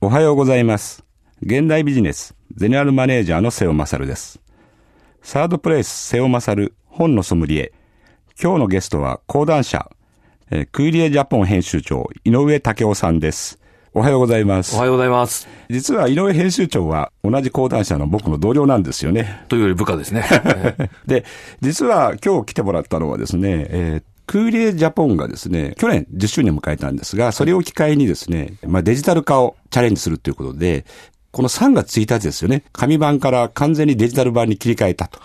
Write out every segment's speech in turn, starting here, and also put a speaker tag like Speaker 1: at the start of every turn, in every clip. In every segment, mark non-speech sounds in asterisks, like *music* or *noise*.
Speaker 1: おはようございます。現代ビジネス、ゼネラルマネージャーの瀬尾勝です。サードプレイス瀬尾勝、本のソムリエ。今日のゲストは講談社、えークーリエジャポン編集長、井上武夫さんです。おはようございます。
Speaker 2: おはようございます。
Speaker 1: 実は井上編集長は同じ講談社の僕の同僚なんですよね。
Speaker 2: というより部下
Speaker 1: *laughs*
Speaker 2: ですね。
Speaker 1: で、実は今日来てもらったのはですね、えークーリエジャポンがですね、去年10周年を迎えたんですが、それを機会にですね、まあ、デジタル化をチャレンジするということで、この3月1日ですよね、紙版から完全にデジタル版に切り替えたと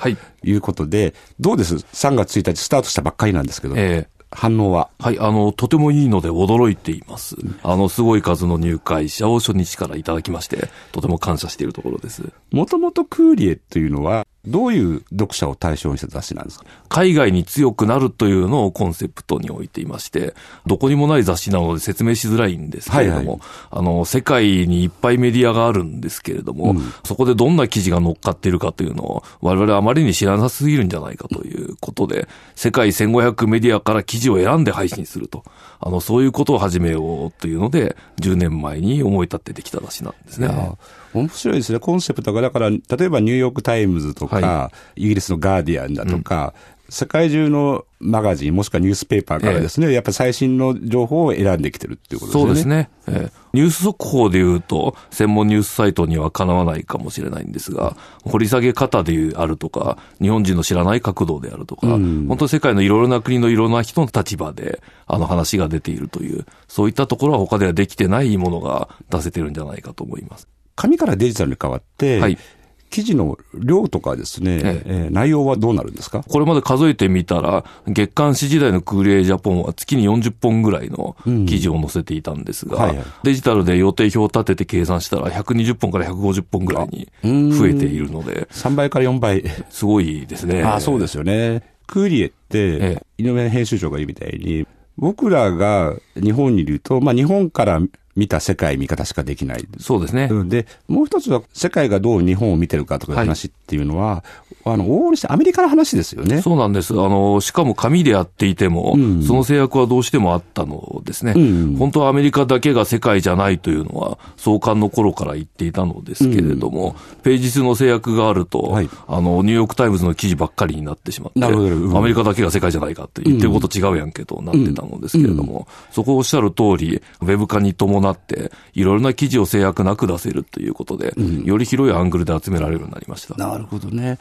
Speaker 1: いうことで、はい、どうです ?3 月1日スタートしたばっかりなんですけど。えー反応は
Speaker 2: はい、あの、とてもいいので驚いています。あの、すごい数の入会者を初日からいただきまして、とても感謝しているところです。
Speaker 1: もともとクーリエというのは、どういう読者を対象にした雑誌なんですか
Speaker 2: 海外に強くなるというのをコンセプトに置いていまして、どこにもない雑誌なので説明しづらいんですけれども、はいはい、あの、世界にいっぱいメディアがあるんですけれども、うん、そこでどんな記事が乗っかっているかというのを、我々あまりに知らなすぎるんじゃないかということで、世界1500メディアから記事を選んで配信すると。あの、そういうことを始めようというので、10年前に思い立ってできたらしなんですね。
Speaker 1: 面白いですね。コンセプトが、だから、例えばニューヨークタイムズとか、はい、イギリスのガーディアンだとか、うん、世界中のマガジン、もしくはニュースペーパーからですね、ええ、やっぱり最新の情報を選んできてるっていうことですね。
Speaker 2: そうですね。ええ、ニュース速報で言うと、専門ニュースサイトにはかなわないかもしれないんですが、掘り下げ方であるとか、日本人の知らない角度であるとか、うん、本当に世界のいろいろな国のいろんな人の立場で、あの話が出ているという、そういったところは他ではできてないものが出せてるんじゃないかと思います。
Speaker 1: 紙からデジタルに変わって、はい、記事の量とかですね、ええ内容はどうなるんですか
Speaker 2: これまで数えてみたら、月刊誌時代のクーリエジャポンは月に40本ぐらいの記事を載せていたんですが、うんはいはい、デジタルで予定表を立てて計算したら120本から150本ぐらいに増えているので。
Speaker 1: 3倍から4倍。
Speaker 2: すごいですね。
Speaker 1: あそうですよね。クーリエって、井上編集長が言うみたいに、僕らが日本にいると、まあ日本から見た世界見方しかできない。
Speaker 2: そうですね。
Speaker 1: で、もう一つは世界がどう日本を見てるかとかいう話っていうのは、はい、あの、往々にしてアメリカの話ですよね。
Speaker 2: そうなんです。あの、しかも紙でやっていても、うん、その制約はどうしてもあったのですね、うん。本当はアメリカだけが世界じゃないというのは、創刊の頃から言っていたのですけれども、うん、ページ数の制約があると、はい、あの、ニューヨークタイムズの記事ばっかりになってしまって、アメリカだけが世界じゃないかって言ってること違うやんけとなってたのですけれども、そこをおっしゃる通り、ウェブ化に伴なって、いろいろな記事を制約なく出せるということで、うん、より広いアングルで集められるようになりました。
Speaker 1: なるほどね。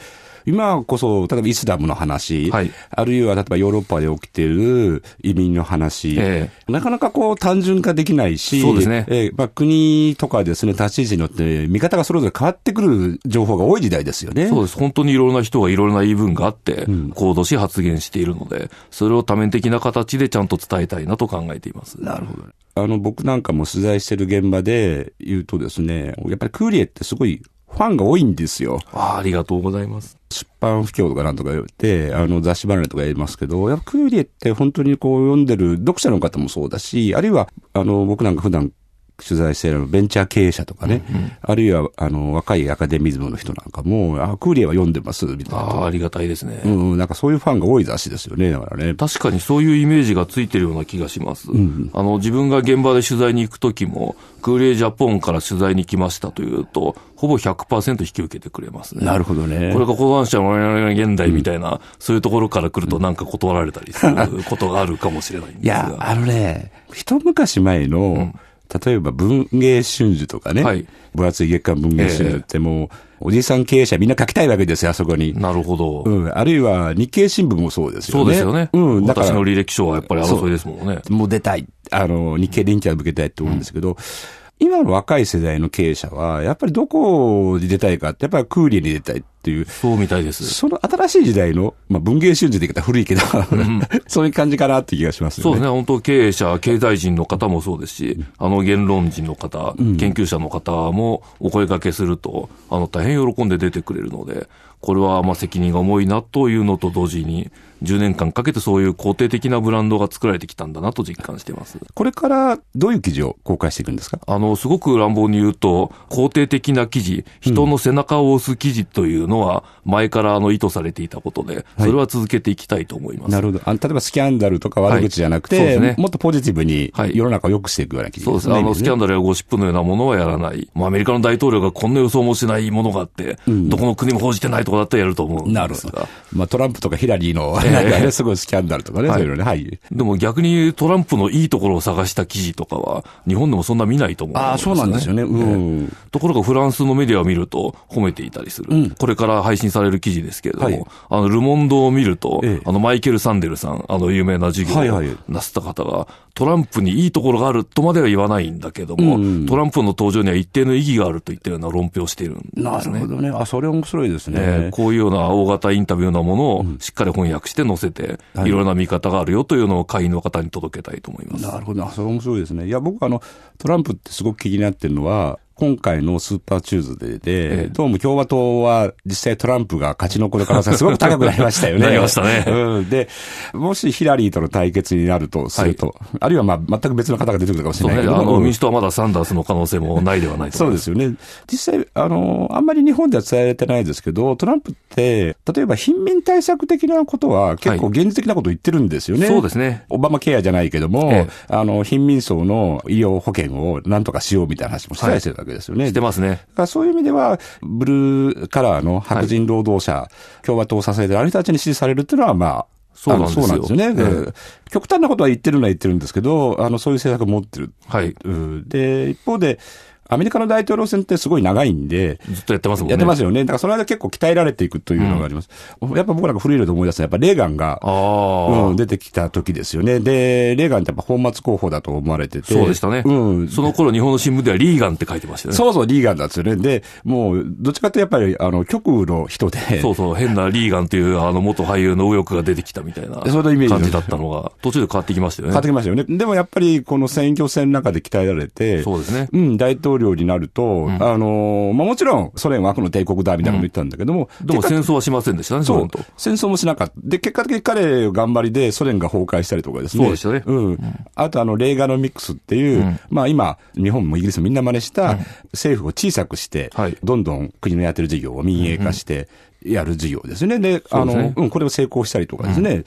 Speaker 1: 今こそ、例えばイスラムの話、はい、あるいは例えばヨーロッパで起きている移民の話、えー、なかなかこう単純化できないし、
Speaker 2: そうですね
Speaker 1: えー、まあ、国とかですね、立ち位置によって見方がそれぞれ変わってくる情報が多い時代ですよね。
Speaker 2: そうです。本当にいろんな人がいろいろな言い分があって、行動し発言しているので、それを多面的な形でちゃんと伝えたいなと考えています。
Speaker 1: なるほど。あの、僕なんかも取材してる現場で言うとですね、やっぱりクーリエってすごいファンが多いんですよ。
Speaker 2: ああ、ありがとうございます。
Speaker 1: 出版不況とかなんとか言って、あの雑誌離れとかやりますけど、やっぱクーリエって本当にこう読んでる読者の方もそうだし、あるいは、あの、僕なんか普段取材しているベンチャー経営者とかね、うんうん、あるいは、あの、若いアカデミズムの人なんかも、あ、クーリエは読んでます、みたいな。
Speaker 2: ああ、ありがたいですね。
Speaker 1: うん、なんかそういうファンが多い雑誌ですよね、だからね。
Speaker 2: 確かにそういうイメージがついてるような気がします。うん、あの、自分が現場で取材に行くときも、クーリエジャポンから取材に来ましたというと、ほぼ100%引き受けてくれますね。
Speaker 1: なるほどね。
Speaker 2: これが講談社の現代みたいな、うん、そういうところから来るとなんか断られたりすることがあるかもしれないんですが。
Speaker 1: いや、あのね、一昔前の、うん例えば文芸春秋とかね、はい、分厚い月刊文芸春秋ってもう、おじさん経営者みんな書きたいわけですよ、あそこに。
Speaker 2: なるほど。
Speaker 1: うん。あるいは日経新聞もそうですよ
Speaker 2: ね。そうですよね。。
Speaker 1: うん
Speaker 2: だから私の履歴書はやっぱり争いですもんね。
Speaker 1: うもう出たい。あの、日経でインタビュー受けたいって思うんですけど、うん今の若い世代の経営者は、やっぱりどこに出たいかって、やっぱりクーリーに出たいっていう。
Speaker 2: そうみたいです。
Speaker 1: その新しい時代の、まあ文芸春秋で言ったら古いけど、うん、 *laughs* そういう感じかなって気がしますよね。
Speaker 2: そうですね。本当経営者、経済人の方もそうですし、あの言論人の方、研究者の方もお声掛けすると、あの大変喜んで出てくれるので、これはまあ責任が重いなというのと同時に、10年間かけてそういう肯定的なブランドが作られてきたんだなと実感してます。
Speaker 1: これからどういう記事を公開していくんですか
Speaker 2: あの、すごく乱暴に言うと、肯定的な記事、人の背中を押す記事というののは、前からあの意図されていたことで、それは続けていきたいと思います。
Speaker 1: なるほどあの。例えばスキャンダルとか悪口じゃなくて、
Speaker 2: はいそうですね
Speaker 1: もっとポジティブに
Speaker 2: はい
Speaker 1: 世の中を良くしていくような気
Speaker 2: そうですね。あの、スキャン
Speaker 1: ダ
Speaker 2: ダルやゴシップのようなものはやらない。もうアメリカの大統領がこんな予想もしないものがあって、どこの国も報じてないとこだったらやると思うん
Speaker 1: なる
Speaker 2: で
Speaker 1: ほ
Speaker 2: す
Speaker 1: ど
Speaker 2: が。。
Speaker 1: まあトランプとかヒラリーの、なんかね、すごいスキャンダルとかね、そういうのね。はい。
Speaker 2: でも逆にトランプのいいところを探した記事とかは、日本でもそんな見ないと思うんですよね。
Speaker 1: ああ、そうなんですよね。うん。
Speaker 2: ところがフランスのメディアを見ると褒めていたりする。これから配信される記事ですけれども、
Speaker 1: はい
Speaker 2: あの、ルモンドを見ると、
Speaker 1: ええ
Speaker 2: あの、マイケル・サンデルさん、あの、有名な授業
Speaker 1: はいはい
Speaker 2: をなすった方が、トランプにいいところがあるとまでは言わないんだけども、トランプの登場には一定の意義があるといったような論評をしているんですね。
Speaker 1: なるほどね。あ、それ面白いですね。
Speaker 2: えーこういうような大型インタビューなものをしっかり翻訳して載せて、いろいろな見方があるよというのを会員の方に届けたいと思います。
Speaker 1: なるほど、あそれ面白いですね。いや、僕あの、トランプってすごく気になってるのは、今回のスーパーチューズデーで、
Speaker 2: ええ
Speaker 1: どうも共和党は実際トランプが勝ち残る可能性がすごく高く *laughs* なりましたよね。
Speaker 2: なりましたね
Speaker 1: うん。で、もしヒラリーとの対決になるとすると、あるいはまあ全く別の方が出てくるかもし
Speaker 2: そ
Speaker 1: れ
Speaker 2: う
Speaker 1: ない
Speaker 2: ね、
Speaker 1: け
Speaker 2: あ
Speaker 1: ども、
Speaker 2: の、
Speaker 1: うん
Speaker 2: 民主党はまだサンダースの可能性もないではないと
Speaker 1: そ
Speaker 2: 思
Speaker 1: うで
Speaker 2: います。
Speaker 1: すよね。実際、あの、あんまり日本では伝えられてないですけど、トランプって、例えば貧民対策的なことは結構
Speaker 2: は
Speaker 1: 現実的なことを言ってるんですよね。
Speaker 2: そうですね。
Speaker 1: オバマケアじゃないけども、
Speaker 2: ええ
Speaker 1: あの、貧民層の医療保険をなんとかしようみたいな話もしたりしてるわけですよね。
Speaker 2: してますね。
Speaker 1: だからそういう意味では、ブルーカラーの白人労働者、共和党を支えてるあの人たちに支持されるっていうのは、まあ、
Speaker 2: そうなんですよ
Speaker 1: あのそうなんですよね、
Speaker 2: え
Speaker 1: 極端なことは言ってるのは言ってるんですけど、あの、そういう政策を持ってる。
Speaker 2: はい。
Speaker 1: うんで、一方で、アメリカの大統領選ってすごい長いんで、
Speaker 2: ずっとやってますもんね。。
Speaker 1: やってますすよね。だからその間結構鍛えられていくというのがあります。やっぱ僕なんか古いので思い出すのは、やっぱレーガンが
Speaker 2: ああ、
Speaker 1: うん、出てきた時ですよね。で、レーガンってやっぱ本末候補だと思われてて。
Speaker 2: そうでしたね。
Speaker 1: うん。
Speaker 2: その頃日本の新聞ではリーガンって書いてましたよね。
Speaker 1: そうそう、リーガンなんですよね。で、もう、どっちかってやっぱり、あの、極右の人で、
Speaker 2: そうそう、変なリーガンというあの元俳優の右翼が出てきたみたいな
Speaker 1: それのイメージ
Speaker 2: 感じだったのが、途中で変わってきましたよね。
Speaker 1: 買ってきましたよね。でもやっぱり、この選挙戦の中で鍛えられて、
Speaker 2: そうですね。
Speaker 1: うん、大統領になると、あの、まあ、もちろん、ソ連は悪の帝国だ、みたいなこと言ったんだけども、
Speaker 2: でも
Speaker 1: 結
Speaker 2: 戦争はしませんでしたね、
Speaker 1: 果
Speaker 2: 日
Speaker 1: そう
Speaker 2: 本と。、
Speaker 1: 戦争もしなかった。で、結果的に彼頑張りでソ連が崩壊したりとかですね。
Speaker 2: そうでしたね
Speaker 1: うん。あと、あの、レーガノミクスっていう、まあ今、日本もイギリスもみんな真似した、政府を小さくして、
Speaker 2: はい
Speaker 1: どんどん国のやってる事業を民営化して、やる事業ですね。で、あ
Speaker 2: そうです
Speaker 1: の
Speaker 2: ね、
Speaker 1: うん、これを成功したりとかですね。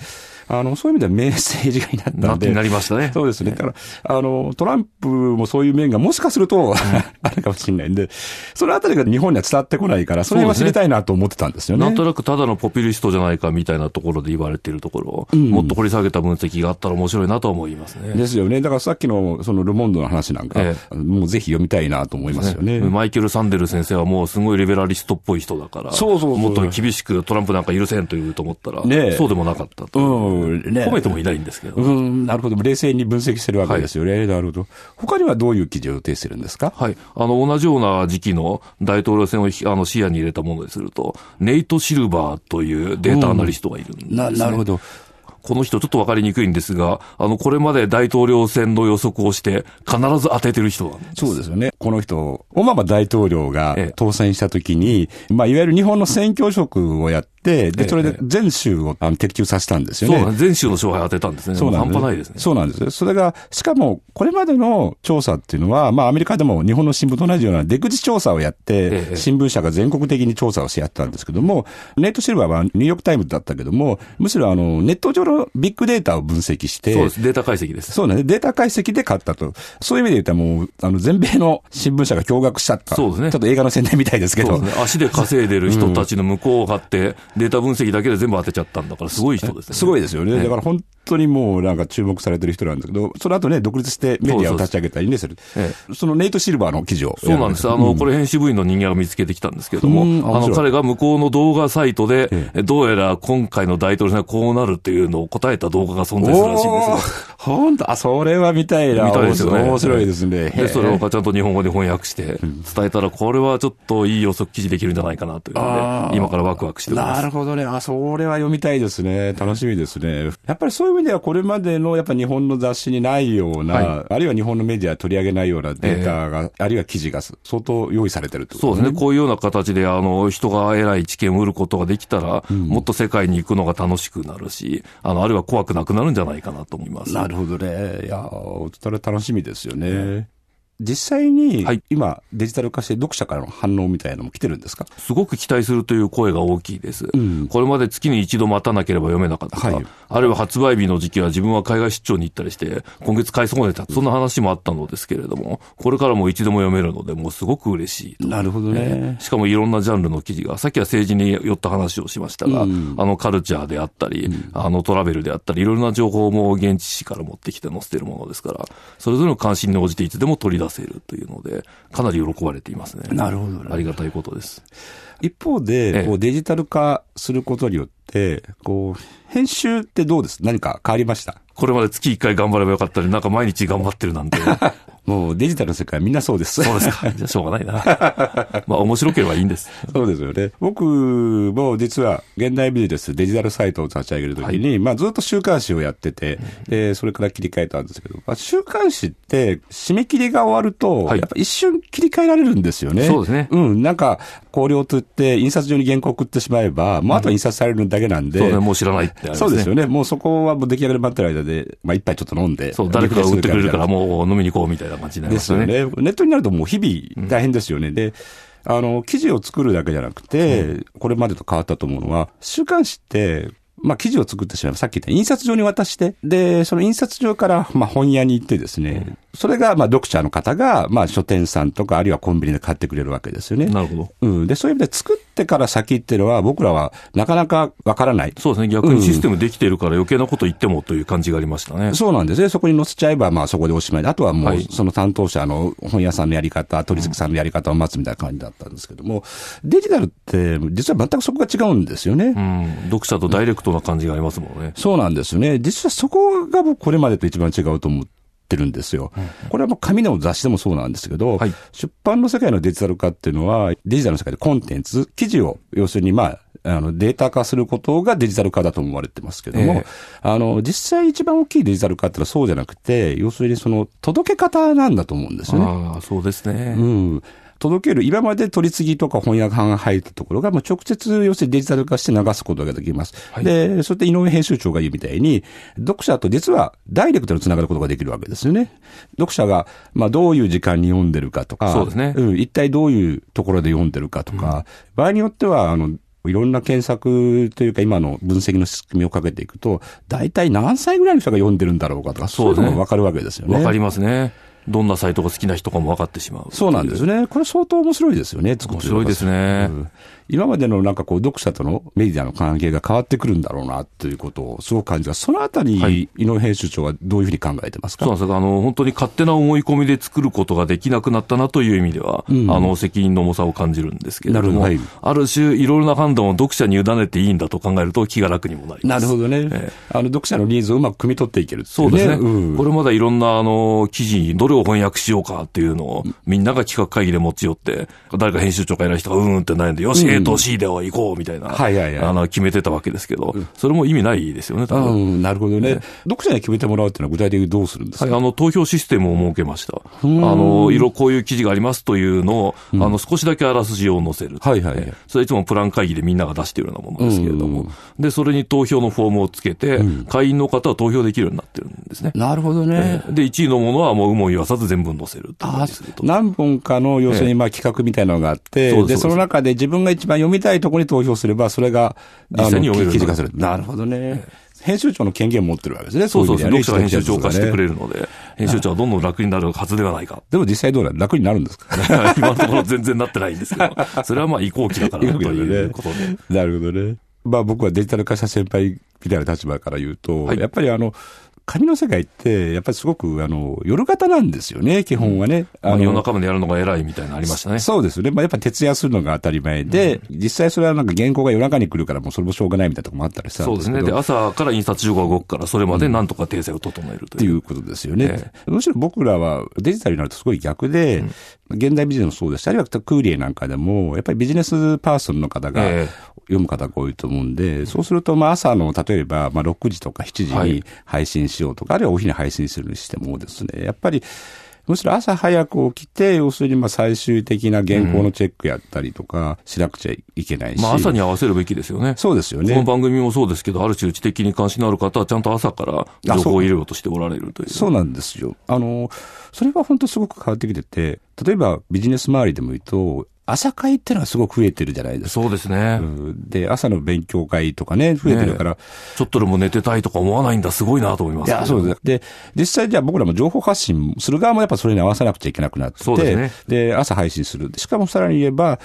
Speaker 1: あの、そういう意味では名政治家になった
Speaker 2: なんって
Speaker 1: で
Speaker 2: な。りましたね。
Speaker 1: そうですね。だから、あの、トランプもそういう面がもしかすると、 *laughs* あるかもしれないんで、そのあたりが日本には伝わってこないから、その辺は知りたいなと思ってたんですよね。
Speaker 2: なんとなくただのポピュリストじゃないかみたいなところで言われているところを、もっと掘り下げた分析があったら面白いなとは思いますね。
Speaker 1: ですよね。だからさっきの、その、ルモンドの話なんか、
Speaker 2: え
Speaker 1: もうぜひ読みたいなと思いますよね。
Speaker 2: マイケル・サンデル先生はもうすごいリベラリストっぽい人だから、
Speaker 1: そうそうそう
Speaker 2: もっと厳しくトランプなんか許せんと言うと思ったら、
Speaker 1: ねえ
Speaker 2: そうでもなかったと、
Speaker 1: うんね
Speaker 2: 褒めてもいないんですけど、
Speaker 1: うん、なるほど。冷静に分析してるわけですよね。なるほど。他にはどういう記事を予定してるんですか
Speaker 2: はい。あの、同じような時期の大統領選をひあの視野に入れたものですると、ネイト・シルバーというデータアナリストがいるんです、ね
Speaker 1: なるほど。
Speaker 2: この人ちょっとわかりにくいんですが、あの、これまで大統領選の予測をして、必ず当ててる人なんです
Speaker 1: そうですよね。この人、オバマ大統領が
Speaker 2: ええ
Speaker 1: 当選した時に、まあ、いわゆる日本の選挙職をやって、で、それで全州をあの的中させたんですよ
Speaker 2: そう
Speaker 1: ね。
Speaker 2: なんです。全州の勝敗当てたんですね。
Speaker 1: そうなんです
Speaker 2: も半端ないですね。
Speaker 1: そうなんですよ。それが、しかも、これまでの調査っていうのは、まあ、アメリカでも日本の新聞と同じような出口調査をやって、
Speaker 2: ええ
Speaker 1: 新聞社が全国的に調査をしてやったんですけども、ネットシルバーはニューヨークタイムズだったけども、むしろあの、ネット上のビッグデータを分析して、
Speaker 2: そうです。データ解析です。
Speaker 1: そうなんです。データ解析で勝ったと。そういう意味で言ったらもう、あの、全米の新聞社が驚愕しちゃった。
Speaker 2: そうですね
Speaker 1: ちょっと映画の宣伝みたいですけ
Speaker 2: そ
Speaker 1: ど。
Speaker 2: うですね。足で稼いでる人たちの向こうを張って、データ分析だけで全部当てちゃったんだから、すごい人ですね。
Speaker 1: すごいですよね。
Speaker 2: ええ
Speaker 1: だから本当にもうなんか注目されてる人なんだけど、その後ね、独立してメディアを立ち上げたりね、する。
Speaker 2: え
Speaker 1: そのネイト・シルバーの記事を。
Speaker 2: そうなんです。あの、これ編集部員の人間が見つけてきたんですけれども、
Speaker 1: うんあ
Speaker 2: あ
Speaker 1: 面白
Speaker 2: の、
Speaker 1: い
Speaker 2: 彼が向こうの動画サイトで、
Speaker 1: え
Speaker 2: えどうやら今回の大統領選はこうなるっていうのを答えた動画が存在するらしいん
Speaker 1: お
Speaker 2: ですよ。
Speaker 1: ーほんと、あ、それは見たいな。
Speaker 2: 見たいですよね
Speaker 1: 面白いですね。へ
Speaker 2: で、
Speaker 1: ー
Speaker 2: それをちゃんと日本語で翻訳して、伝えたら、これはちょっといい予測記事できるんじゃないかなというの
Speaker 1: あー
Speaker 2: で、今からワクワクしております
Speaker 1: な。るほどね。あ、それは読みたいですね。楽しみですね。やっぱりそういう意味ではこれまでのやっぱ日本の雑誌にないような、
Speaker 2: は
Speaker 1: あるいは日本のメディア取り上げないようなデータが、あるいは記事が相当用意されてるってこと
Speaker 2: そうですね。こういうような形で、あの、人が偉い知見を売ることができたら、もっと世界に行くのが楽しくなるし、あの、あるいは怖くなくなるんじゃないかなと思います。
Speaker 1: なるほどね。いや、おれ楽しみですよね。実際に
Speaker 2: はい
Speaker 1: 今デジタル化して読者からの反応みたいなのも来てるんですか
Speaker 2: すごく期待するという声が大きいです。
Speaker 1: ん
Speaker 2: これまで月に一度待たなければ読めなかったとか、
Speaker 1: はい
Speaker 2: あるいは発売日の時期は自分は海外出張に行ったりして、今月買い損ねた、そんな話もあったのですけれども、これからも一度も読めるので、もうすごく嬉しいと。
Speaker 1: なるほど
Speaker 2: えーしかもいろんなジャンルの記事が、さっきは政治に寄った話をしましたが、あのカルチャーであったり、あのトラベルであったり、いろいろな情報も現地紙から持ってきて載せているものですから、それぞれの関心に応じていつでも取り出せるというので、かなり喜ばれていますね。
Speaker 1: なるほど
Speaker 2: ありがたいことです。
Speaker 1: 一方で、
Speaker 2: ええ
Speaker 1: こうデジタル化することによって、こう、編集ってどうです何か変わりました
Speaker 2: これまで月1回頑張ればよかったり、なんか毎日頑張ってるなんて。
Speaker 1: もうデジタルの世界みんなそうです。
Speaker 2: そうで
Speaker 1: *laughs*
Speaker 2: すか。じゃあしょうがないな。まあ面白ければいいんです。
Speaker 1: そうですよね。僕も実は現代ビジネスデジタルサイトを立ち上げるときに、まあずっと週刊誌をやってて、で、それから切り替えたんですけど、まあ、週刊誌って締め切りが終わると、
Speaker 2: はい
Speaker 1: やっぱ一瞬切り替えられるんですよね。
Speaker 2: そうですね
Speaker 1: うん、なんか、考慮と言って印刷所に原稿送ってしまえば、もうあとは印刷されるだけなんで、
Speaker 2: そうね、もう知らないってあれです
Speaker 1: そ
Speaker 2: ね。
Speaker 1: うですよね。もうそこはもう出来上がる待ってる間で、まあ一杯ちょっと飲んで。
Speaker 2: そう、誰かが売ってくれるから
Speaker 1: リフレッシュす
Speaker 2: もう飲みに行こうみたいな感じにな
Speaker 1: で
Speaker 2: りますす
Speaker 1: よ
Speaker 2: よ
Speaker 1: ね。
Speaker 2: ね。
Speaker 1: ネットになるともう日々大変ですよね。で、あの、記事を作るだけじゃなくて、これまでと変わったと思うのは、週刊誌って、まあ、記事を作ってしまえば、さっき言った印刷所に渡して、で、その印刷所から、まあ、本屋に行ってですね、それが、まあ、読者の方が、まあ、書店さんとか、あるいはコンビニで買ってくれるわけですよね。
Speaker 2: なるほ
Speaker 1: う
Speaker 2: ど。
Speaker 1: ん。で、そういう意味で作ってから先っていうのは、僕らはなかなかわからない。
Speaker 2: そうですね。逆にシステムできているから余計なこと言ってもという感じがありましたね。
Speaker 1: そうなんですね。そこに載せちゃえば、まあそこでおしまいで、あとはも
Speaker 2: は
Speaker 1: う
Speaker 2: い
Speaker 1: その担当者の本屋さんのやり方、取引さんのやり方を待つみたいな感じだったんですけども、デジタルって実は全くそこが違うんですよね。
Speaker 2: うん。読者とダイレクトな感じがありますもんね。
Speaker 1: そうなんですよね。実はそこが僕これまでと一番違うと思ってるんですよ。これはもう紙の雑誌でもそうなんですけど、
Speaker 2: はい
Speaker 1: 出版の世界のデジタル化っていうのは、デジタルの世界でコンテンツ、記事を、要するにまあ、あの、データ化することがデジタル化だと思われてますけども、
Speaker 2: ええ
Speaker 1: あの、実際一番大きいデジタル化ってのはそうじゃなくて、要するにその、届け方なんだと思うんですよね。
Speaker 2: ああ、そうですね。
Speaker 1: うん。届ける、今まで取り次ぎとか翻訳版が入ったところが、もう直接、要するにデジタル化して流すことができます。
Speaker 2: はい
Speaker 1: で、それで井上編集長が言うみたいに、読者と実はダイレクトにつながることができるわけですよね。読者が、まあ、どういう時間に読んでるかとか、
Speaker 2: そうですね
Speaker 1: うん、一体どういうところで読んでるかとか、場合によっては、あの、いろんな検索というか、今の分析の仕組みをかけていくと、大体何歳ぐらいの人が読んでるんだろうかとか、そういうの
Speaker 2: そう
Speaker 1: が
Speaker 2: ね
Speaker 1: わかるわけですよね。
Speaker 2: わかりますね。どんなサイトが好きな人かも分かってしまう。
Speaker 1: そうなんですね。これ相当面白いですよね、作っ
Speaker 2: 面
Speaker 1: てる方
Speaker 2: 白いですね
Speaker 1: う。ん今までのなんかこう読者とのメディアの関係が変わってくるんだろうなということをすごく感じた。そのあたり、
Speaker 2: はい
Speaker 1: 井上編集長はどういうふうに考えてますか
Speaker 2: そうなんですよあの、本当に勝手な思い込みで作ることができなくなったなという意味では、
Speaker 1: ん
Speaker 2: あの、責任の重さを感じるんですけれども、
Speaker 1: なるほどはい
Speaker 2: ある種、いろいろな判断を読者に委ねていいんだと考えると気が楽にもなり
Speaker 1: な
Speaker 2: ます。
Speaker 1: るほどね。
Speaker 2: え
Speaker 1: あの読者のニーズをうまく汲み取っていけるってい
Speaker 2: そうですね。
Speaker 1: うん
Speaker 2: これまだいろんな、あの、記事にどれを翻訳しようかっていうのを、みんなが企画会議で持ち寄って、誰か編集長か偉い人がうーんって悩んで、よし、
Speaker 1: うん
Speaker 2: A と C で行こうみたいな、
Speaker 1: はいはいはい
Speaker 2: あの、決めてたわけですけど、それも意味ないですよね、多分。
Speaker 1: うん、なるほどね。読者に決めてもらうっていうのは具体的にどうするんですか、
Speaker 2: はい、あの、投票システムを設けました。あの、色、こういう記事がありますというのを、あの、少しだけあらすじを載せる。
Speaker 1: はいはいはい
Speaker 2: えそれいつもプラン会議でみんなが出しているようなものですけれども。で、それに投票のフォームをつけて、会員の方は投票できるようになってるんですね。
Speaker 1: なるほどね。
Speaker 2: で、1位のものはもう有無を言わさず全部載せるというふうにすると。
Speaker 1: 何本かの、要するにまあ企画みたいなのがあって、
Speaker 2: そう
Speaker 1: で、
Speaker 2: ですそ
Speaker 1: そう
Speaker 2: で
Speaker 1: の
Speaker 2: す
Speaker 1: 中で自分が一番読みたいところに投票すれば、それが、あの
Speaker 2: 実際に読める
Speaker 1: 記事化する。なるほどね。編集長の権限を持ってるわけですね。
Speaker 2: そうそうです
Speaker 1: い意
Speaker 2: ね。
Speaker 1: 味
Speaker 2: 読者が編集長化してく
Speaker 1: る。
Speaker 2: れるので、編集長はどんどん楽になるはずではないか。 *laughs*
Speaker 1: でも実際どうなの楽になるんですか
Speaker 2: 今のところ全然なってないんですけど、それはまあ移行期だからということで。
Speaker 1: なるほどね。まあ僕はデジタル化した先輩みたいな立場から言うと、
Speaker 2: はい
Speaker 1: やっぱりあの、紙の世界って、やっぱりすごく、あの、夜型なんですよね、基本はね。
Speaker 2: ま
Speaker 1: あ
Speaker 2: あ
Speaker 1: の
Speaker 2: 夜中までやるのが偉いみたいなのありましたね。
Speaker 1: そうですね。まあ、やっぱ徹夜するのが当たり前で、実際それはなんか原稿が夜中に来るからもうそれもしょうがないみたいなとこもあったりしたん
Speaker 2: そう
Speaker 1: で
Speaker 2: ですす
Speaker 1: けど。
Speaker 2: ね。で、朝から印刷所が動くから、それまでなんとか訂正を整える
Speaker 1: っ
Speaker 2: と
Speaker 1: て
Speaker 2: い。
Speaker 1: いううことですよね。むしろ僕らはデジタルになるとすごい逆で、現代ビジネスもそうですし、あるいはクーリエなんかでも、やっぱりビジネスパーソンの方が、
Speaker 2: ええ
Speaker 1: 読む方が多いと思うんで、そうすると、まあ朝の、例えば、まあ6時とか7時
Speaker 2: は
Speaker 1: に
Speaker 2: い
Speaker 1: 配信しようとか、あるいはお昼に配信するにしてもですね、やっぱり、むしろ朝早く起きて、要するにまあ最終的な原稿のチェックやったりとかしなくちゃいけないし。
Speaker 2: まあ朝に合わせるべきですよね。
Speaker 1: そうですよね。
Speaker 2: この番組もそうですけど、ある種知的に関心のある方はちゃんと朝から情報医療としておられるという。
Speaker 1: そうなんですよ。あの、それは本当すごく変わってきてて、例えばビジネス周りでも言うと、朝会ってのはすごく増えてるじゃないです
Speaker 2: か。そうですね。
Speaker 1: で、朝の勉強会とかね、増えてるから、ね、
Speaker 2: ちょっとでも寝てたいとか思わないんだ、すごいなと思います、
Speaker 1: ね、いや、そうです。で、実際じゃあ僕らも情報発信する側もやっぱそれに合わせなくちゃいけなくなって、
Speaker 2: そうですね、
Speaker 1: で、朝配信する。しかもさらに言えば、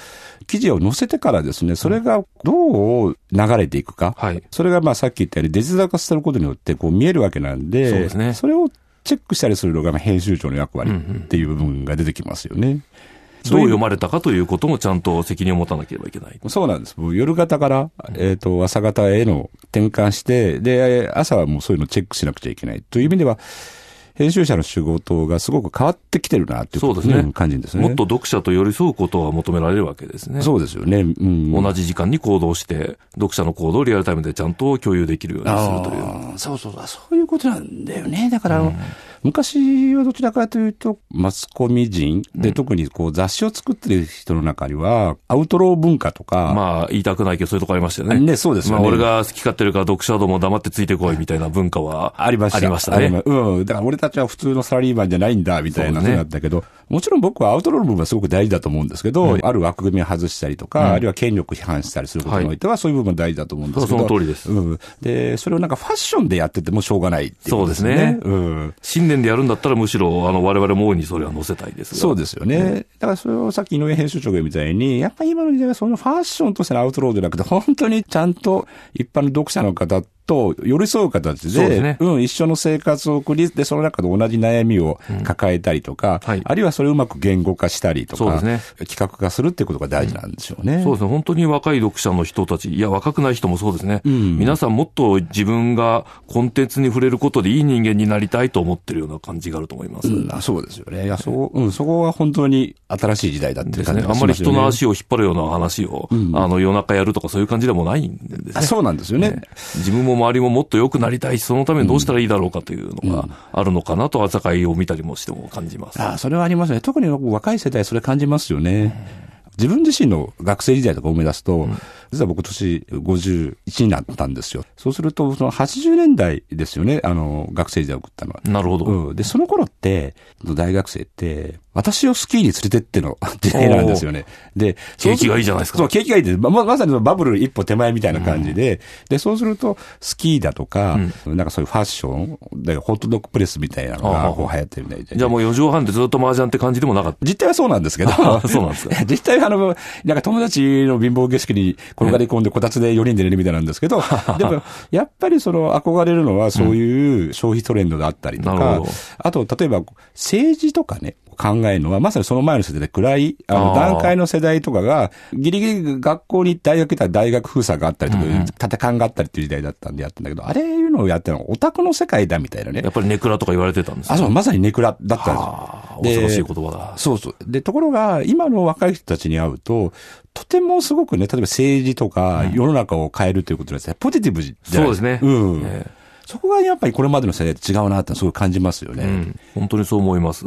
Speaker 1: 記事を載せてからですね、それがどう流れていくか。はい、それがまあさっき言ったようにデジタル化することによってこう見えるわけなんで、
Speaker 2: そうですね。
Speaker 1: それをチェックしたりするのが編集長の役割っていう部分が出てきますよね。うんうん
Speaker 2: どう読まれたかということもちゃんと責任を持たなければいけない。
Speaker 1: そうなんです。夜型から、えっ、ー、と、朝型への転換して、で、朝はもうそういうのチェックしなくちゃいけない。という意味では、編集者の仕事がすごく変わってきてるなっていう
Speaker 2: そうですね。
Speaker 1: 感じですね。
Speaker 2: もっと読者と寄り添うことは求められるわけですね。、
Speaker 1: そうですよね。うん
Speaker 2: 同じ時間に行動して、読者の行動をリアルタイムでちゃんと共有できるようにするという。
Speaker 1: そうそうそう。そういうことなんだよね。だから、うん、昔はどちらかというと、マスコミ人で、特にこう雑誌を作ってる人の中には、アウトロー文化とか。
Speaker 2: まあ、言いたくないけど、そういうとこありましたよね。
Speaker 1: ね、そうですよね。
Speaker 2: まあ、俺が好き勝手るから読者ども黙ってついてこいみたいな文化は。
Speaker 1: ありました。
Speaker 2: ありましたね。
Speaker 1: うん。だから俺たちは普通のサラリーマンじゃないんだ、みたいなそうだったけど、ね、もちろん僕はアウトローの部分はすごく大事だと思うんですけど、うん、ある枠組みを外したりとか、うん、あるいは権力批判したりすることにおいては、そういう部分大事だと思うんですけど。
Speaker 2: はい、その通りです、。
Speaker 1: うん。で、それをなんかファッションでやっててもしょうがないっていうことですね。そうですね。うん
Speaker 2: 新年でやるんだったらむしろ、あの、我々も大いにそれは載せたいです
Speaker 1: そうですよね。うん、だからそれをさっき井上編集長がみたいに、やっぱり今の時代はそのファッションとしてのアウトローじゃなくて、本当にちゃんと一般の読者の方と寄り添う形で、う,でね、うん、一緒の生活を送り、で、その中で同じ悩みを抱えたりとか、うんはい、あるいはそれをうまく言語化したりとか、ね、企画化するってことが大事なんでしょうね、
Speaker 2: うん、そうですね。本当に若い読者の人たち、いや、若くない人もそうですね。うん、皆さんもっと自分がコンテンツに触れることでいい人間になりたいと思ってるような感じがあると思います。
Speaker 1: あそうですよね。いや、そ、うん、そこは本当に新しい時代だっていう感じがし
Speaker 2: ますね。あんまり人の足を引っ張るような話を、あの、夜中やるとかそういう感じでもないんですね。あ
Speaker 1: そうなんですよね。ね
Speaker 2: 自分も周りももっと良くなりたいし、そのためにどうしたらいいだろうかというのがあるのかなと、朝会を見たりもしても感じます。
Speaker 1: あそれはありますね。特に若い世代、それ感じますよね。自分自身の学生時代とか思い出すと、うん、実は僕年51になったんですよ。そうすると、その80年代ですよね、あの、学生時代送ったのは。
Speaker 2: なるほど、
Speaker 1: うん。で、その頃って、大学生って、私をスキーに連れてっての *laughs* 時代なんですよね。で、
Speaker 2: 景気がいいじゃないですか。
Speaker 1: そう、景気がいいです。ま、まさにバブル一歩手前みたいな感じで、うん、で、そうすると、スキーだとか、うん、なんかそういうファッション、でホットドッグプレスみたいなのがこう流行ってるみたいで。
Speaker 2: じゃあもう4畳半でずっと麻雀って感じでもなかった
Speaker 1: 実態はそうなんですけど。 *laughs*
Speaker 2: *laughs* そうなんですか。
Speaker 1: 実態はあの、なんか友達の貧乏景色に転がり込んで、こたつで4人で寝るみたいなんですけ *laughs* ど、でも、やっぱりその憧れるのはそういう消費トレンドだったりとか、うん、あと、例えば政治とかね、考えるのは、まさにその前の世代で暗い、あの、段階の世代とかが、ギリギリ学校に大学行ったら大学封鎖があったりとか、うん、縦勘があったりっていう時代だったんでやったんだけど、あれいうのをやってるのはオタクの世界だみたいなね。
Speaker 2: やっぱりネクラとか言われてたんです
Speaker 1: あ、そう、まさにネクラだったんです
Speaker 2: よ。恐ろしい言葉だ。
Speaker 1: そうそう。で、ところが、今の若い人たちに会うと、とてもすごくね、例えば政治とか、世の中を変えるということですね、うん、ポジティブじ
Speaker 2: ゃないそうですね。、
Speaker 1: うん。ねそこがやっぱりこれまでの世代と違うなってすごい感じますよね、うん
Speaker 2: 本当にそう思います。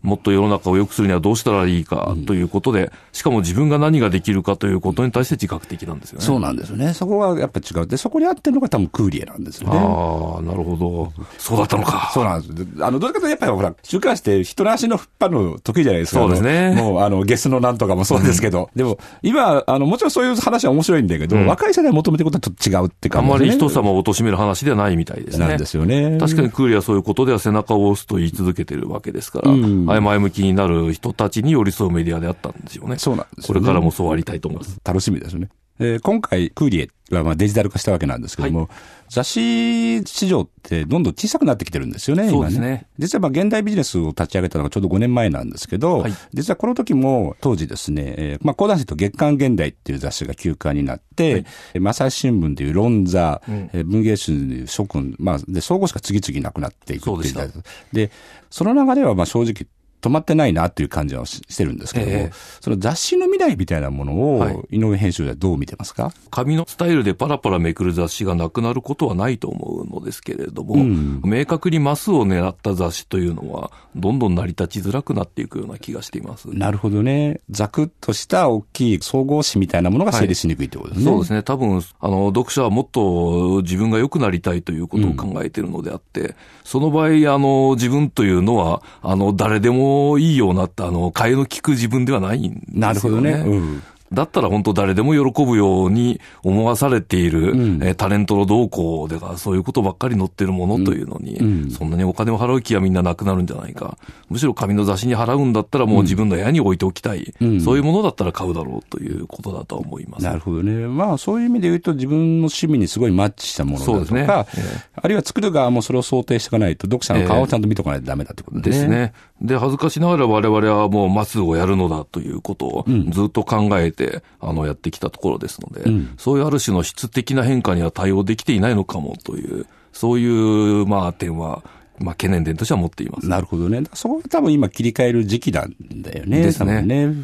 Speaker 2: もっと世の中を良くするにはどうしたらいいかということで、うん、しかも自分が何ができるかということに対して自覚的なんですよね。
Speaker 1: そうなんですよね。そこはやっぱ違う。で、そこに合ってるのが多分クーリエなんですよね。
Speaker 2: ああ、なるほど。そうだったのか。
Speaker 1: そうなんです。あの、どういうことやっぱりほら、週刊誌って人の足の引っ張るの得意じゃないですか。
Speaker 2: そうですね。
Speaker 1: もう、あの、ゲスのなんとかもそうですけど、うん、でも、今、あの、もちろんそういう話は面白いんだけど、うん、若い世代求めてることはちょっと違うって感
Speaker 2: じ、ね、あんまり人様を貶める話ではないみたいですね。
Speaker 1: なんですよね。
Speaker 2: 確かにクーリエはそういうことでは背中を押すと言い続けてるわけですから。前向きになる人たちに寄り添うメディアであったんですよね。
Speaker 1: そうなんです、
Speaker 2: ね、これからもそうありたいと思います。
Speaker 1: 楽しみですね。えー、今回、クーリエはまあデジタル化したわけなんですけども、はい、雑誌市場ってどんどん小さくなってきてるんですよね、
Speaker 2: そうですね。ね
Speaker 1: 実はまあ現代ビジネスを立ち上げたのがちょうど5年前なんですけど、はい、実はこの時も当時ですね、えー、まあ講談社と月刊現代っていう雑誌が休刊になって、はい、朝日新聞という論座、うん、文芸春という諸君、まあで、総合しか次々なくなっていくっていうでで、その流れはまあ正直止まってないなっていう感じはししてるんですけども、
Speaker 2: ええ
Speaker 1: その雑誌の未来みたいなものを、
Speaker 2: はい
Speaker 1: 井上編集ではどう見てますか
Speaker 2: 紙のスタイルでパラパラめくる雑誌がなくなることはないと思うのですけれども、
Speaker 1: うん
Speaker 2: 明確にマスを狙った雑誌というのは、どんどん成り立ちづらくなっていくような気がしています。
Speaker 1: なるほどね。ざくっとした大きい総合誌みたいなものが整理しにくいってことですね。
Speaker 2: そうですね。多分、あの、読者はもっと自分が良くなりたいということを考えているのであって、その場合、あの、自分というのは、あの、誰でもいいようになった、あの、替えの利く自分ではないんですよね。
Speaker 1: なるほどね。うん
Speaker 2: だったら本当誰でも喜ぶように思わされている、
Speaker 1: うん
Speaker 2: えータレントの動向でがそういうことばっかり載ってるものというのに、
Speaker 1: うん
Speaker 2: そんなにお金を払う気はみんななくなるんじゃないか。むしろ紙の雑誌に払うんだったらもう自分の部屋に置いておきたい。
Speaker 1: うん
Speaker 2: そういうものだったら買うだろうということだとは思います。
Speaker 1: なるほどね。まあそういう意味で言うと自分の趣味にすごいマッチしたものだ
Speaker 2: そう
Speaker 1: と
Speaker 2: です
Speaker 1: か、
Speaker 2: ね
Speaker 1: あるいは作る側もそれを想定していかないと読者の顔をちゃんと見とかないとダメだってことね。
Speaker 2: です。ね。で、恥ずかしながら我々はもうマスをやるのだということをずっと考えて、あの、やってきたところですので、
Speaker 1: ん
Speaker 2: そういうある種の質的な変化には対応できていないのかもという、そういう、まあ、点は、まあ、懸念点としては持っています。
Speaker 1: なるほどね。だからそこが多分今切り替える時期なんだよね。
Speaker 2: ですね
Speaker 1: 多分ね。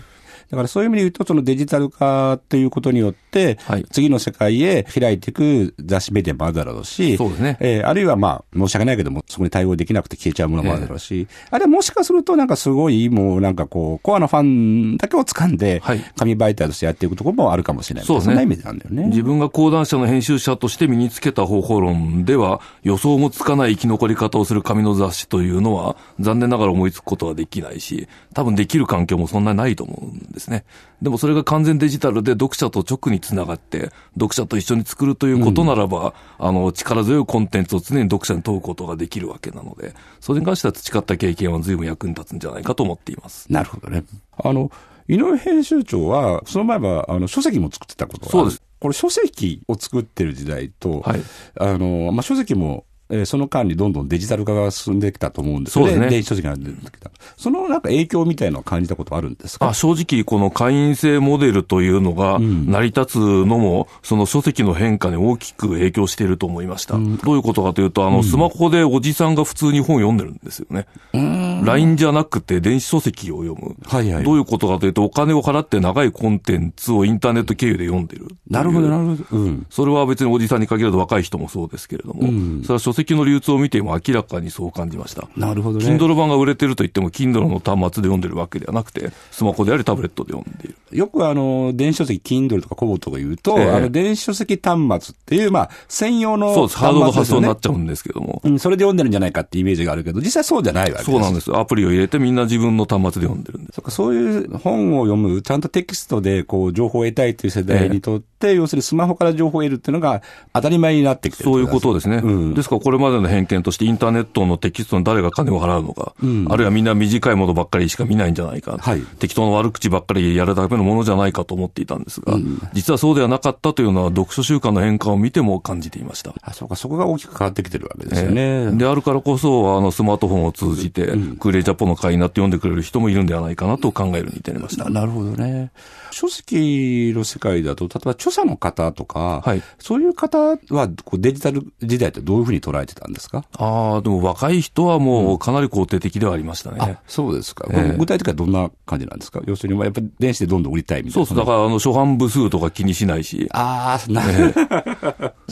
Speaker 1: だからそういう意味で言うと、そのデジタル化ということによって、
Speaker 2: はい
Speaker 1: 次の世界へ開いていく雑誌メディアもあるだろうし、
Speaker 2: そうですね
Speaker 1: えーあるいはまあ、申し訳ないけども、そこに対応できなくて消えちゃうものもあるだろうし、あれはもしかするとなんかすごい、もうなんかこう、コアなファンだけを掴んで
Speaker 2: はい、
Speaker 1: 紙媒体としてやっていくところもあるかもしれない。
Speaker 2: そうです
Speaker 1: そ
Speaker 2: ね
Speaker 1: んな意味なんだよね。
Speaker 2: 自分が講談社の編集者として身につけた方法論では予想もつかない生き残り方をする紙の雑誌というのは残念ながら思いつくことはできないし、多分できる環境もそんなにないと思うんですね。でもそれが完全デジタルで読者と直につながって、読者と一緒に作るということならば、あの、力強いコンテンツを常に読者に問うことができるわけなので、それに関しては培った経験は随分役に立つんじゃないかと思っています。
Speaker 1: なるほどね。あの、井上編集長は、その前は、あの、書籍も作ってたことがある
Speaker 2: そうです。
Speaker 1: これ書籍を作ってる時代と、
Speaker 2: はい
Speaker 1: あの、まあ、書籍も、えーその間にどんどんデジタル化が進んできたと思うんですよ
Speaker 2: そうですね
Speaker 1: 電子書籍が出てきた。そのなんか影響みたいなのは感じたことあるんですか
Speaker 2: あ正直、この会員制モデルというのが成り立つのも、その書籍の変化に大きく影響していると思いました。どういうことかというと、あの、スマホでおじさんが普通に本を読んでるんですよね。LINE じゃなくて電子書籍を読む。
Speaker 1: はいはい
Speaker 2: どういうことかというと、お金を払って長いコンテンツをインターネット経由で読んでる。
Speaker 1: なるほど、なるほど。うん。
Speaker 2: それは別におじさんに限らず若い人もそうですけれども、それは書籍の流通を見ても明らかにそう感じました。
Speaker 1: なるほどね。
Speaker 2: Kindle 版が売れてると言っても、Kindle の端末で読んでるわけではなくて、スマホでありタブレットで読んでいる。
Speaker 1: よくあの、電子書籍、Kindle とか Kobo とか言うと、
Speaker 2: ええ
Speaker 1: あの、電子書籍端末っていう、まあ、専用の
Speaker 2: そ
Speaker 1: 端
Speaker 2: うです。
Speaker 1: 末
Speaker 2: ハードの発
Speaker 1: ですよ
Speaker 2: 想に
Speaker 1: ね
Speaker 2: なっちゃうんですけども。
Speaker 1: うん、それで読んでるんじゃないかってイメージがあるけど、実際そうじゃないわけです
Speaker 2: そうなんです。アプリを入れてみんな自分の端末で読んでるんです。
Speaker 1: そっか、そういう本を読む、ちゃんとテキストでこう情報を得たいという世代にとって、要するにスマホから情報を得るっていうのが当たり前になってきてる
Speaker 2: そういうことですね。
Speaker 1: うん
Speaker 2: ですからこれまでの偏見としてインターネットのテキストに誰が金を払うのか、あるいはみんな短いものばっかりしか見ないんじゃないか、
Speaker 1: はい
Speaker 2: 適当な悪口ばっかりやるためのものじゃないかと思っていたんですが、実はそうではなかったというのは読書習慣の変化を見ても感じていました。
Speaker 1: あ、そうか、そこが大きく変わってきてるわけですよね。
Speaker 2: であるからこそ、あの、スマートフォンを通じて、クーレイジャポンの会員になって読んでくれる人もいるんではないかなと考えるに至りました。
Speaker 1: ななるほどね。書籍の世界だと、例えば著者の方とか、
Speaker 2: はい
Speaker 1: そういう方はこうデジタル時代ってどういうふうに捉えてたんですか
Speaker 2: ああ、でも若い人はもうかなり肯定的ではありましたね。
Speaker 1: あ、そうですか。
Speaker 2: ええ
Speaker 1: 具体的にはどんな感じなんですか要するに、まあやっぱり電子でどんどん売りたいみた
Speaker 2: そ
Speaker 1: いうな。
Speaker 2: そう、だからあの、初版部数とか気にしないし、
Speaker 1: ああ、なるほど。
Speaker 2: だからまあ、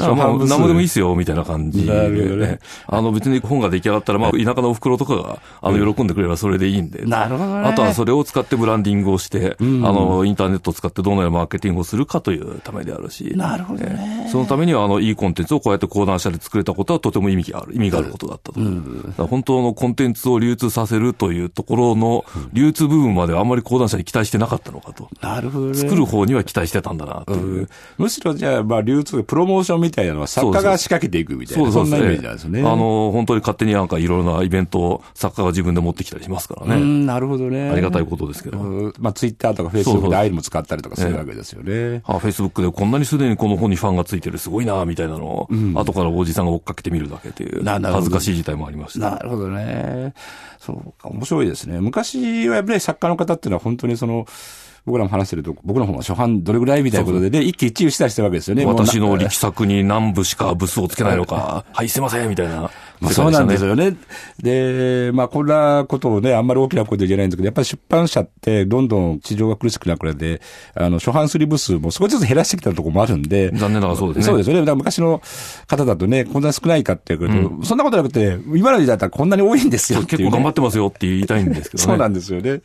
Speaker 1: 初版部数
Speaker 2: 何もでもいいっすよ、みたいな感じで、
Speaker 1: なるほどね
Speaker 2: あの、別に本が出来上がったら、まあ、田舎のお袋とかが、あの、喜んでくれればそれでいいんで。
Speaker 1: なるほどね
Speaker 2: あとはそれを使ってブランディングをして、あの、インターネットを使ってどのようなマーケティングをするかというためであるし。
Speaker 1: なるほどね。
Speaker 2: そのためには、あの、いいコンテンツをこうやって講談社で作れたことはとても意味がある、意味があることだったと。だから本当のコンテンツを流通させるというところの、流通部分まではあんまり講談社に期待してなかったのかと。
Speaker 1: なるほどね。
Speaker 2: 作る方には期待してたんだな、という。
Speaker 1: むしろじゃあ、まあ、流通、プロモーションみたいなのは作家が仕掛けていくみたいな、そんなイメージなんですね。
Speaker 2: あ、の、本当に勝手になんかいろいろなイベントを作家が自分で持ってきたりしますから
Speaker 1: う
Speaker 2: ね。
Speaker 1: ん、なるほどね。
Speaker 2: ありがたいことですけど。
Speaker 1: うんまあ、ツイッターとかフェイス
Speaker 2: そう
Speaker 1: ブック
Speaker 2: そう
Speaker 1: でああいうのも使ったりとかするわけですよね。
Speaker 2: あ、Facebook でこんなにすでにこの本にファンがついてるすごいな、みたいなのを、後からおじさんが追っかけてみるだけという、
Speaker 1: ななるほ
Speaker 2: 恥
Speaker 1: ど
Speaker 2: ずかしい事態もありました。
Speaker 1: なるほどね。そうか、面白いですね。昔はやっぱり作家の方っていうのは本当にその、僕らも話してると、僕の本は初版どれぐらいみたいなことで、で、一喜一憂したりしてるわけですよね。もうな
Speaker 2: 私の力作に何部しか部数をつけないのか、はい、すいません、みたいな
Speaker 1: まあ、そうなんですよね。で、まあ、こんなことをね、あんまり大きなことで言えないんですけど、やっぱり出版社って、どんどん市場が苦しくなくなって、あの、初版する部数も少しずつ減らしてきたところもあるんで。
Speaker 2: 残念ながらそうですね。
Speaker 1: そうですよね。だから昔の方だとね、こんなに少ないかって言うけど、うん、そんなことなくて、今の時代だったらこんなに多いんですよ、ね、
Speaker 2: 結構頑張ってますよって言いたいんですけどね。
Speaker 1: そうなんですよね。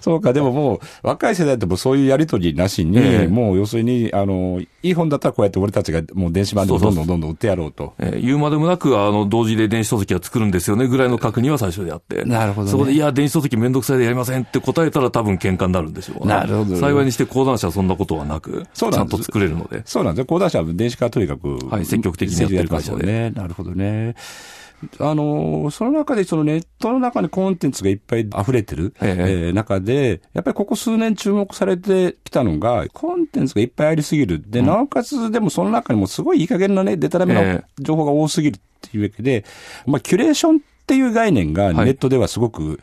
Speaker 1: そうか、でももう、若い世代ともそういうやりとりなしに、ええ、もう要するに、あの、いい本だったらこうやって俺たちがもう電子版でどんどんどんどん売ってやろうと。
Speaker 2: えー、言うまでもなく、あの、同時で電子書籍は作るんですよねぐらいの確認は最初であって。
Speaker 1: なるほど、ね、
Speaker 2: そこで、いや、電子書籍めんどくさいでやりませんって答えたら多分喧嘩になるんでしょう、
Speaker 1: ね、なるほど。
Speaker 2: 幸いにして講談社はそんなことはなく、ちゃんと作れるので。
Speaker 1: そうなんですよ。講談社は電子化とにかく。
Speaker 2: はい、積極的にやってる会社で。
Speaker 1: ね、なるほどね。あの、その中で、そのネットの中にコンテンツがいっぱい溢れてる、ええ中で、やっぱりここ数年注目されてきたのが、コンテンツがいっぱいありすぎる。で、なおかつ、でもその中にもすごいいい加減なね、でたらめな情報が多すぎるっていうわけで、まあ、キュレーションっていう概念がネットではすごく、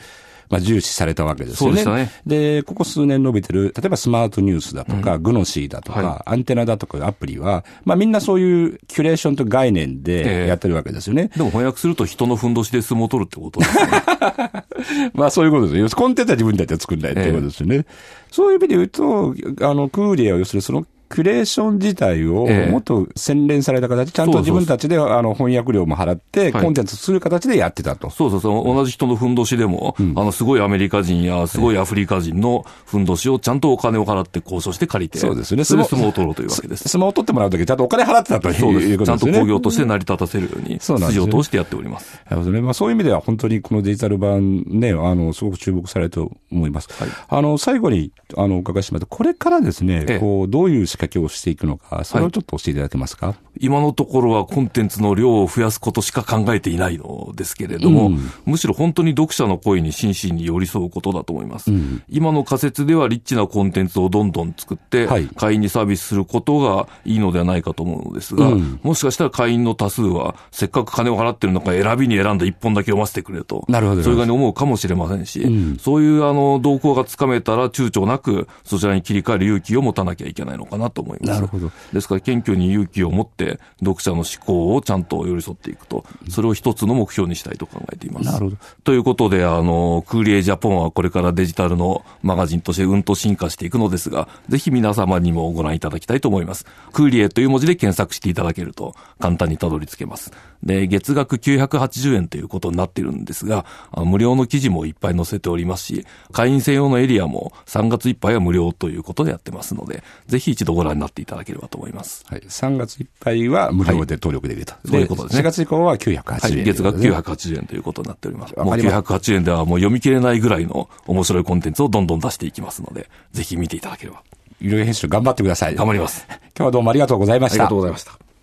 Speaker 1: まあ、重視されたわけですよね。
Speaker 2: ね
Speaker 1: でここ数年伸びてる、例えばスマートニュースだとか、うん、グノシーだとか、はい、アンテナだとかアプリは、まあ、みんなそういうキュレーションと概念でやってるわけですよね。 *laughs*
Speaker 2: えー、でも翻訳すると人のふんどしで相撲を取るってことです
Speaker 1: ね。まあそういうことですよ。コンテンツは自分たちで作んないっていうことですよね。えー、そういう意味で言うと、あの、クーリエは要するにそのクレーション自体をもっと洗練された形、ええ、ちゃんと自分たちであの翻訳料も払って、コンテンツする形でやってたと。
Speaker 2: そうそうそう、同じ人のふんどしでも、うん、あのすごいアメリカ人やすごいアフリカ人のふんどしをちゃんとお金を払って交渉して借りて、
Speaker 1: そうですね、
Speaker 2: それで相撲を取ろうというわけです。
Speaker 1: 相撲を取ってもらうとき、ちゃんとお金払ってたという
Speaker 2: そう
Speaker 1: です
Speaker 2: ね。ちゃんと工業として成り立たせるように、筋を通してやっております。、
Speaker 1: なるほどね。まあ、そういう意味では本当にこのデジタル版ね、あのすごく注目されると思います。はい、あの最後にあのお伺いしますこれからですね、え、こうどういう仕掛けをしていくのか、それをちょっと教えていただけますか、はい
Speaker 2: 今のところはコンテンツの量を増やすことしか考えていないのですけれども、うん、むしろ本当に読者の声に真摯に寄り添うことだと思います。うん、今の仮説ではリッチなコンテンツをどんどん作って、はい、会員にサービスすることがいいのではないかと思うのですが、うん、もしかしたら会員の多数は、せっかく金を払ってる中、選びに選んだ一本だけ読ませてくれと、
Speaker 1: なるほど
Speaker 2: そういうふうに思うかもしれませんし、そういうあの動向がつかめたら、躊躇なくそちらに切り替える勇気を持たなきゃいけないのかなと思います。
Speaker 1: なるほど。
Speaker 2: ですから謙虚に勇気を持って読者の思考をちゃんと寄り添っていくと、それを一つの目標にしたいと考えています。
Speaker 1: なるほど。
Speaker 2: ということで、あの、クーリエジャポンはこれからデジタルのマガジンとしてうんと進化していくのですが、ぜひ皆様にもご覧いただきたいと思います。クーリエという文字で検索していただけると簡単にたどり着けます。で、月額980円ということになっているんですが、無料の記事もいっぱい載せておりますし、会員専用のエリアも3月いっぱいは無料ということでやってますので、ぜひ一度ご覧になっていただければと思います。、
Speaker 1: はい、3月いっぱいは無料で登録できると。はい
Speaker 2: そういうことですね。4
Speaker 1: 月以降は980円、
Speaker 2: ね、はい。月額980円ということになっております。もう980円ではもう読み切れないぐらいの面白いコンテンツをどんどん出していきますので、ぜひ見ていただければ。
Speaker 1: いろいろ編集頑張ってください。
Speaker 2: 頑張ります。
Speaker 1: 今日はどうもありがとうございました。
Speaker 2: ありがとうございました。